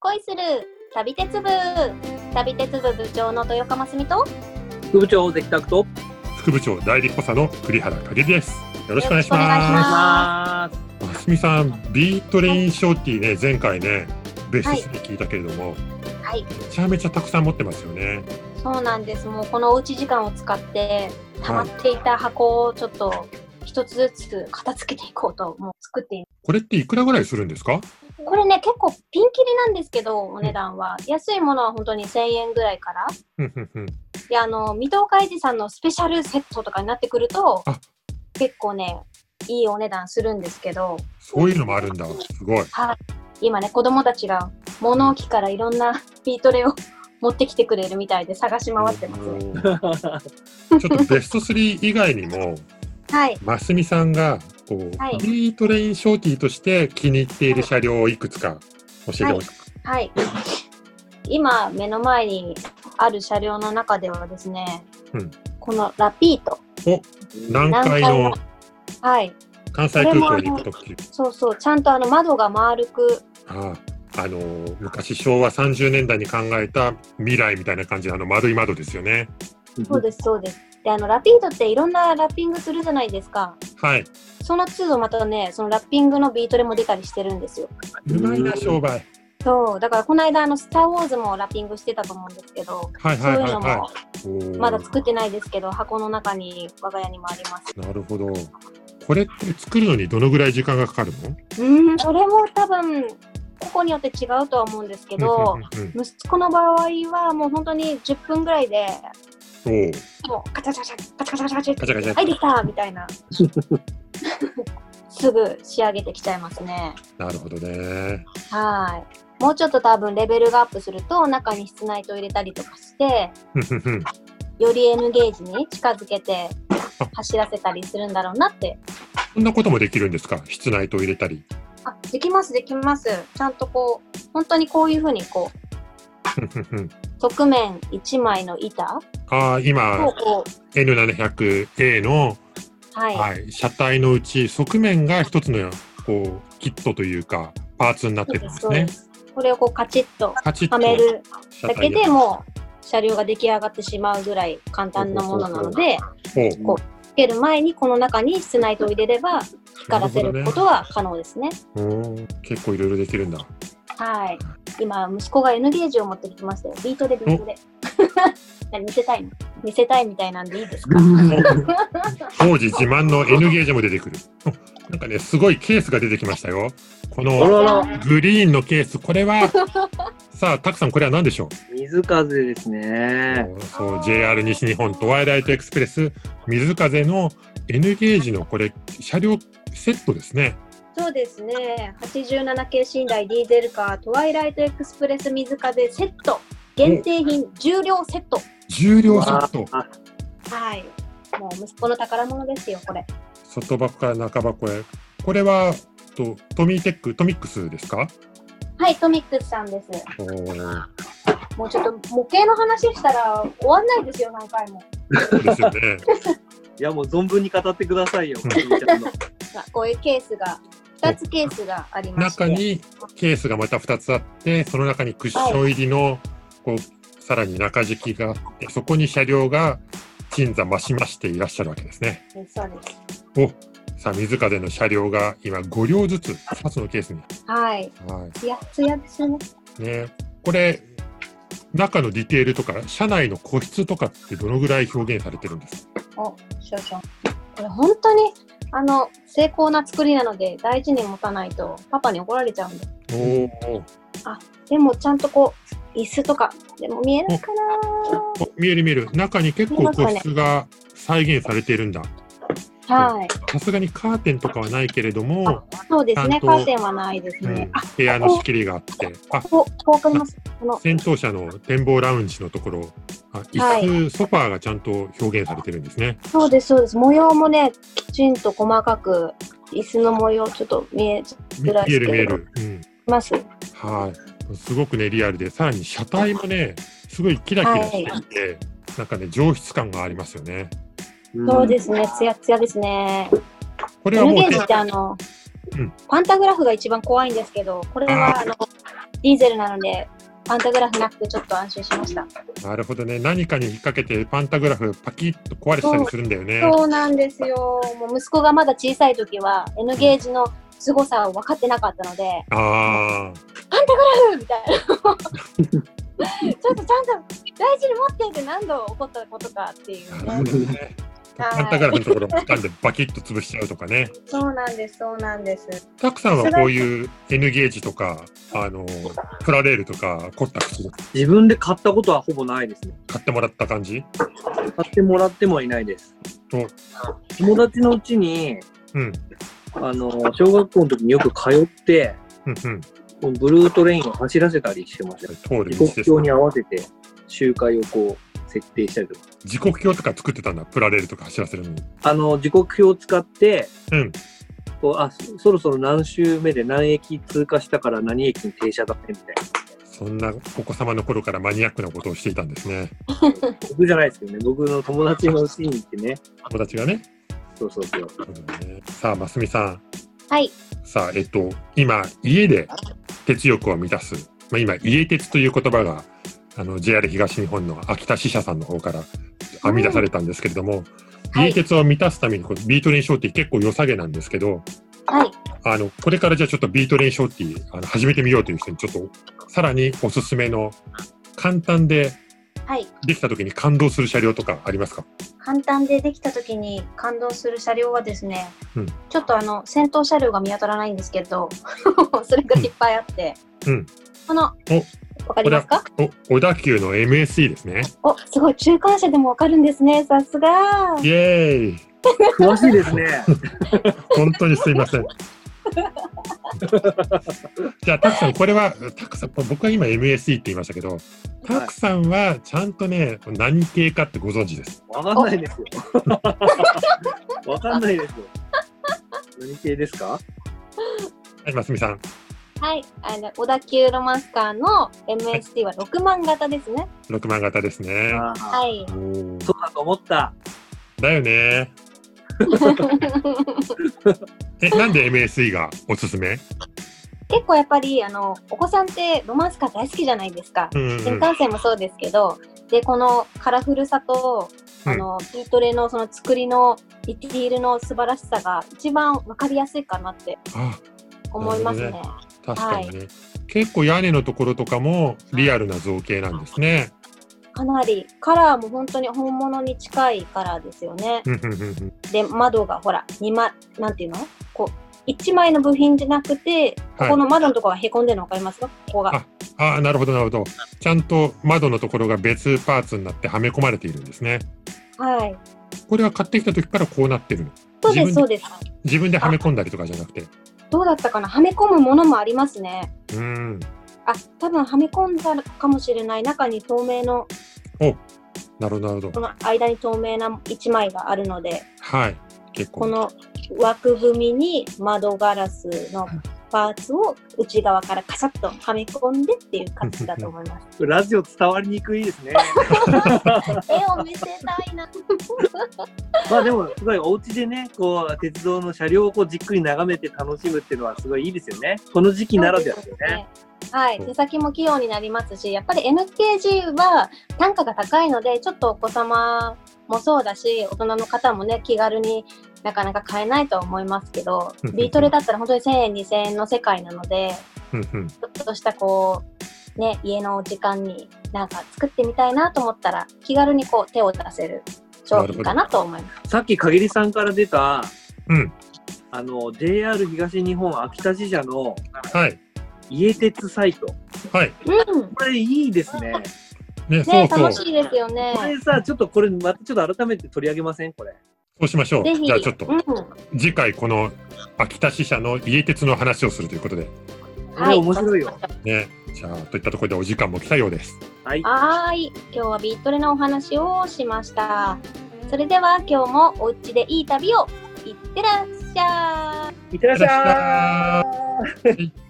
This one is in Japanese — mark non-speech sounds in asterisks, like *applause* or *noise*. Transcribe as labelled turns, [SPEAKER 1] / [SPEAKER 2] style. [SPEAKER 1] 恋する旅鉄部旅鉄部部長の豊川澄と
[SPEAKER 2] 副部長関拓とよ
[SPEAKER 3] 副部長代理補佐の栗原影です。よろしくお願いし
[SPEAKER 1] よろしくお願いし
[SPEAKER 2] ま
[SPEAKER 3] ま。
[SPEAKER 2] す
[SPEAKER 3] ますみさん、ビートレインショーティーね、前回ね、ベスト3聞いたけれども、
[SPEAKER 1] はい
[SPEAKER 3] めちゃめちゃたくさん持ってますよね。
[SPEAKER 1] そうなんですもうこのおうち時間を使って溜まっていた箱をちょっと一つずつ片付けていこうともう作っていま
[SPEAKER 3] これっていくらぐらいするんですか
[SPEAKER 1] すこれね結構ピンキリなんですけどお値段は、安いものは本当に1000円ぐらいから
[SPEAKER 3] うんうんうん
[SPEAKER 1] であの水戸海二さんのスペシャルセットとかになってくると
[SPEAKER 3] あ
[SPEAKER 1] 結構ねいいお値段するんですけど
[SPEAKER 3] そういうのもあるんだ。すごい。
[SPEAKER 1] 今ね子供たちが物置からいろんなビートレを持ってきてくれるみたいで探し回ってますね。
[SPEAKER 3] ちょっとベスト3以外にも、
[SPEAKER 1] はい、
[SPEAKER 3] ますみさんがこう、
[SPEAKER 1] はい
[SPEAKER 3] ビートレインショーティーとして気に入っている車両をいくつか教えてほしい。
[SPEAKER 1] はい。今目の前にある車両の中ではですね、
[SPEAKER 3] うん
[SPEAKER 1] このラピート、
[SPEAKER 3] 南海の
[SPEAKER 1] はい、
[SPEAKER 3] 関西空港に行くとき。
[SPEAKER 1] そうそう、ちゃんとあの窓が丸く、
[SPEAKER 3] あああのー昔昭和30年代に考えた未来みたいな感じのあの丸い窓ですよね。
[SPEAKER 1] そうですそうです。であのラピートっていろんなラッピングするじゃないですか。
[SPEAKER 3] はい。
[SPEAKER 1] その都度またね、そのラッピングのビートレも出たりしてるんですよ。
[SPEAKER 3] うまいな商売。
[SPEAKER 1] そう、だからこの間あのスターウォーズもラッピングしてたと思うんですけど、
[SPEAKER 3] はい
[SPEAKER 1] そう
[SPEAKER 3] はいいうはい
[SPEAKER 1] のも
[SPEAKER 3] は。い。おー
[SPEAKER 1] まだ作ってないですけど、箱の中に我が家にもあります。
[SPEAKER 3] なるほど。これって作るのにどのぐらい時間がかかるの？
[SPEAKER 1] うーん、それも多分、個々によって違うとは思うんですけど、
[SPEAKER 3] うんうん
[SPEAKER 1] 息子の場合はもう本当に10分ぐらいで、
[SPEAKER 3] うん。おー
[SPEAKER 1] もうカチャカチャカチャカチャカチャカ
[SPEAKER 3] ガ
[SPEAKER 1] チ
[SPEAKER 3] チ
[SPEAKER 1] ャ
[SPEAKER 3] ャガチャ
[SPEAKER 1] はい、できたみた
[SPEAKER 3] *laughs*
[SPEAKER 1] いな。すぐ仕上げてきちゃいますね。
[SPEAKER 3] なるほどね。
[SPEAKER 1] はい。もうちょっと多分レベルがアップすると、中に室内灯入れたりとかして、
[SPEAKER 3] うんうんうん
[SPEAKER 1] より N ゲージに近づけて走らせたりするんだろうなって
[SPEAKER 3] そんなこともできるんですか？室内と入れたり。
[SPEAKER 1] あできますできますちゃんとこう本当にこういうふうにこう
[SPEAKER 3] うんうんうん
[SPEAKER 1] 側面1枚の板
[SPEAKER 3] ああ今
[SPEAKER 1] をこう
[SPEAKER 3] N700A の
[SPEAKER 1] はい、
[SPEAKER 3] はい、車体のうち側面が一つのこうキットというかパーツになっ
[SPEAKER 1] そう
[SPEAKER 3] て
[SPEAKER 1] で
[SPEAKER 3] る
[SPEAKER 1] す
[SPEAKER 3] んです
[SPEAKER 1] そう
[SPEAKER 3] ね
[SPEAKER 1] で。すこれをこうカチッと
[SPEAKER 3] カチッと
[SPEAKER 1] はめるだけで
[SPEAKER 3] 車体
[SPEAKER 1] もう車両が出来上がってしまうぐらい簡単なものなので
[SPEAKER 3] を
[SPEAKER 1] こうつける前にこの中に室内灯を入れれば光らせることは可能ですね
[SPEAKER 3] うん結構いろいろできるんだ。
[SPEAKER 1] はい今息子が N ゲージを持ってきましたよビートでビートで *laughs* 何見せたいの見せたいみたいなんでいいですか
[SPEAKER 3] 当時自慢の N ゲージも出てくる。なんかね、すごいケースが出てきましたよ。こ
[SPEAKER 2] あ
[SPEAKER 3] の
[SPEAKER 2] らら
[SPEAKER 3] グリーンのケース、これは、さあ、たくさんこれは何でしょ
[SPEAKER 2] 水風です
[SPEAKER 3] う
[SPEAKER 2] ね
[SPEAKER 3] そう ?JR 西日本トワイライトエクスプレス、水風の N ゲージのこれ、車両セットですね。
[SPEAKER 1] そうですね。87系寝台ディーゼルカートワイライトエクスプレス水風セット限定品重量セット。
[SPEAKER 3] 重量セット。
[SPEAKER 2] あ
[SPEAKER 1] はい。もう息子の宝物ですよこれ。
[SPEAKER 3] 外箱から中箱へ。これは、とトミーテック、トミックスですか
[SPEAKER 1] はいトミックスさんです。
[SPEAKER 3] おー
[SPEAKER 1] もうちょっと模型の話したら終わんないですよ何回も。
[SPEAKER 3] そうですよね。
[SPEAKER 2] いやもう存分に語ってくださいよ、
[SPEAKER 3] うん
[SPEAKER 2] ちゃんの
[SPEAKER 1] まあこういうケースが2つケースがありまして。
[SPEAKER 3] 中にケースがまた2つあってその中にクッション入りのこうさらに中敷きがあってそこに車両が鎮座増しましていらっしゃるわけですね。
[SPEAKER 1] そうです。
[SPEAKER 3] おさあ水風の車両が今5両ずつ2つのケースに。
[SPEAKER 1] はい。
[SPEAKER 3] は
[SPEAKER 1] ツヤツヤですね。
[SPEAKER 3] いね、これ中のディテールとか車内の個室とかってどのぐらい表現されてるんですか
[SPEAKER 1] お少々。これ本当にあの精巧な作りなので大事に持たないとパパに怒られちゃうんで。
[SPEAKER 3] おー
[SPEAKER 1] でもちゃんとこう椅子とかでも見えないか
[SPEAKER 3] お見える見える中に結構個室が再現されているんだ
[SPEAKER 1] な。はい。
[SPEAKER 3] さすがにカーテンとかはないけれども
[SPEAKER 1] そうです
[SPEAKER 3] ちゃ
[SPEAKER 1] ね。
[SPEAKER 3] んと
[SPEAKER 1] カーテンはないです
[SPEAKER 3] う
[SPEAKER 1] ね
[SPEAKER 3] ん。
[SPEAKER 1] あ、
[SPEAKER 3] 部屋の仕切りがあって、あ
[SPEAKER 1] こう、こうかります。この、
[SPEAKER 3] 戦闘車の展望ラウンジのところ、あ椅子、
[SPEAKER 1] はい
[SPEAKER 3] ソファーがちゃんと表現されてるんですね。
[SPEAKER 1] そうです、そうです。模様もね、きちんと細かく、椅子の模様ちょっと見え
[SPEAKER 3] 見
[SPEAKER 1] 暗いで
[SPEAKER 3] 見え
[SPEAKER 1] すけ
[SPEAKER 3] る
[SPEAKER 1] ど
[SPEAKER 3] 見える。うん、
[SPEAKER 1] ます。
[SPEAKER 3] はい。すごくねリアルで、さらに車体もね、すごいキラキラしていて、なんかね上質感がありますよね。
[SPEAKER 1] そうですすね。ツヤツヤですね。
[SPEAKER 3] これは
[SPEAKER 1] N
[SPEAKER 3] もう
[SPEAKER 1] ゲージってあの
[SPEAKER 3] うん、
[SPEAKER 1] パンタグラフが一番怖いんですけど、これはあの、ディーゼルなので、パンタグラフなくてちょっと安心しました。
[SPEAKER 3] なるほどね。何かに引っ掛けてパンタグラフパキッと壊れてたりするんだよね。
[SPEAKER 1] そうなんですよ。もう息子がまだ小さい時は、N ゲージの凄さを分かってなかったので、
[SPEAKER 3] ああ、
[SPEAKER 1] ふうみたいな。ちょっとちゃんと大事に持ってって何度怒ったことかっていう
[SPEAKER 3] な
[SPEAKER 1] ね
[SPEAKER 3] る。ほ
[SPEAKER 1] *laughs*
[SPEAKER 3] どね。
[SPEAKER 1] はい
[SPEAKER 3] パンタグラフのところを掴んでバキッと潰しちゃうとかね。
[SPEAKER 1] そうなんです、そうなんです。
[SPEAKER 3] たくさんはこういう N ゲージとか、あの、プラレールとか、コッタクス
[SPEAKER 2] 自分で買ったことはほぼないですね。
[SPEAKER 3] 買ってもらった感じ
[SPEAKER 2] 買ってもらってもいないです
[SPEAKER 3] お。
[SPEAKER 2] 友達のうちに、
[SPEAKER 3] うん。
[SPEAKER 2] あの、小学校の時によく通って、
[SPEAKER 3] うんうん。
[SPEAKER 2] このブルートレインを走らせたりしてましたよ。
[SPEAKER 3] 通る
[SPEAKER 2] 時
[SPEAKER 3] 道
[SPEAKER 2] 刻
[SPEAKER 3] です
[SPEAKER 2] 表に
[SPEAKER 3] か。
[SPEAKER 2] 合わせて周回をこう設定したりとか。
[SPEAKER 3] 時刻表とか作ってたんだ。プラレールとか走らせるのに。
[SPEAKER 2] あの、時刻表を使って、
[SPEAKER 3] うん。
[SPEAKER 2] こうあそそろそろ何周目で何駅通過したから何駅に停車だってみたいな。
[SPEAKER 3] そんなお子様の頃からマニアックなことをしていたんですね。
[SPEAKER 2] 僕じゃないですけどね、僕の友達のうちに行ってね。
[SPEAKER 3] 友達がね。
[SPEAKER 2] そうそうそう。
[SPEAKER 3] なるほどねさあ、ますみさん。
[SPEAKER 1] はい、
[SPEAKER 3] さあ、えっと、今、家で鉄欲を満たす。まあ、今、家鉄という言葉が、あの、JR 東日本の秋田支社さんの方から編み出されたんですけれども、
[SPEAKER 1] はい
[SPEAKER 3] 家鉄を満たすために、こうビートレインショーティー結構良さげなんですけど、
[SPEAKER 1] はい、
[SPEAKER 3] あの、これからじゃあちょっとビートレインショーティー、あの、始めてみようという人に、ちょっと、さらにおすすめの、簡単で
[SPEAKER 1] はい。
[SPEAKER 3] できた時に感動する車両とかありますか
[SPEAKER 1] 簡単でできた時に感動する車両はですね、
[SPEAKER 3] うん
[SPEAKER 1] ちょっとあの先頭車両が見当たらないんですけど *laughs* それがいっぱいあって、
[SPEAKER 3] うん
[SPEAKER 1] このわかりますか
[SPEAKER 3] お、小田急の MSE ですね。
[SPEAKER 1] おすごい中間車でもわかるんですねさすが
[SPEAKER 3] イエーイ
[SPEAKER 2] 詳しいですね。
[SPEAKER 3] 本当にすいません。じゃあ、タクさん、これは、タクさん、僕は今 MSE って言いましたけど、タクさんはちゃんとね、何系かってご存知です。
[SPEAKER 2] わかんないですよ。
[SPEAKER 3] *laughs*
[SPEAKER 2] わかんないですよ。何系ですか
[SPEAKER 3] はい、ますみさん、
[SPEAKER 1] はいあの小田急ロマンスカーの MST は6万型ですね
[SPEAKER 3] 6万型ですね。
[SPEAKER 2] ああ、
[SPEAKER 1] *laughs* はい
[SPEAKER 3] おー
[SPEAKER 2] そうだと思った。
[SPEAKER 3] だよね。え、なんで MSE がおすすめ
[SPEAKER 1] 結構やっぱりあのお子さんってロマンスカー大好きじゃないですか
[SPEAKER 3] うんうん
[SPEAKER 1] 新幹線もそうですけど、でこのカラフルさと
[SPEAKER 3] うん
[SPEAKER 1] あの、筋トレのその作りのディティールの素晴らしさが一番わかりやすいかなって
[SPEAKER 3] あ、
[SPEAKER 1] 思いますね。
[SPEAKER 3] なる確かにね。結構屋根のところとかもリアルな造形なんですね。
[SPEAKER 1] かなりカラーも本当に本物に近いカラーですよね。
[SPEAKER 3] うんうんうんうん
[SPEAKER 1] で窓がほら2枚なんていうのこう1枚の部品じゃなくてここの窓のところがへこんでるの分かりますかここが。
[SPEAKER 3] ああ、なるほど、なるほど。ちゃんと窓のところが別パーツになってはめ込まれているんですね。
[SPEAKER 1] はい。
[SPEAKER 3] これは買ってきた時からこうなってるの
[SPEAKER 1] そうで
[SPEAKER 3] 自分です
[SPEAKER 1] そうです。
[SPEAKER 3] 自分ではめ込んだりとかじゃなくて
[SPEAKER 1] どうだったかなはめ込むものもありますね。
[SPEAKER 3] うん
[SPEAKER 1] あ多分はめ込んだかもしれない中に透明の
[SPEAKER 3] なるほどなるほ
[SPEAKER 1] こ
[SPEAKER 3] ど
[SPEAKER 1] の間に透明な1枚があるので
[SPEAKER 3] はい結構
[SPEAKER 1] この枠組みに窓ガラスのパーツを内側からカシャッとはめ込んでっていう形だと思います。
[SPEAKER 2] ラジオ伝わりにくいですね。
[SPEAKER 1] 絵を見せたいな。
[SPEAKER 2] まあでも、すごいお家でね、こう、鉄道の車両をこうじっくり眺めて楽しむっていうのはすごいいいですよね。この時期ならではですよね。。
[SPEAKER 1] はい、手先も器用になりますし、やっぱり N k g は単価が高いので、ちょっとお子様もそうだし、大人の方もね、気軽になかなか買えないとは思いますけど
[SPEAKER 3] うんうんう、ん
[SPEAKER 1] ビートレだったら本当に1000円、2000円の世界なので、
[SPEAKER 3] うんうん
[SPEAKER 1] ちょっとしたこう、ね、家の時間になんか作ってみたいなと思ったら、気軽にこう手を出せる商品かなと思います。
[SPEAKER 2] さっきかげりさんから出た、
[SPEAKER 3] うん
[SPEAKER 2] あの、JR 東日本秋田支社の
[SPEAKER 3] はい
[SPEAKER 2] 家鉄サイト。
[SPEAKER 3] はい
[SPEAKER 1] うん。
[SPEAKER 2] これいいですね。
[SPEAKER 3] ねそ
[SPEAKER 1] ね
[SPEAKER 3] うそ
[SPEAKER 1] 楽
[SPEAKER 3] う
[SPEAKER 1] し
[SPEAKER 3] そ
[SPEAKER 1] いですよね
[SPEAKER 2] こ。れさ、ちょっとこれまたちょっと改めて取り上げませんこれ。
[SPEAKER 3] うしましょう
[SPEAKER 1] ぜひ。
[SPEAKER 3] じゃあちょっと
[SPEAKER 1] うん。
[SPEAKER 3] 次回この秋田支社の家鉄の話をするということで
[SPEAKER 2] これ面白いよ。
[SPEAKER 3] ねじゃあといったところでお時間も来たようです
[SPEAKER 2] はい。
[SPEAKER 1] はーい、今日はビートレのお話をしました。それでは今日もお家でいい旅をいってらっしゃい。
[SPEAKER 2] いってらっしゃーい。
[SPEAKER 3] いってらっしゃーい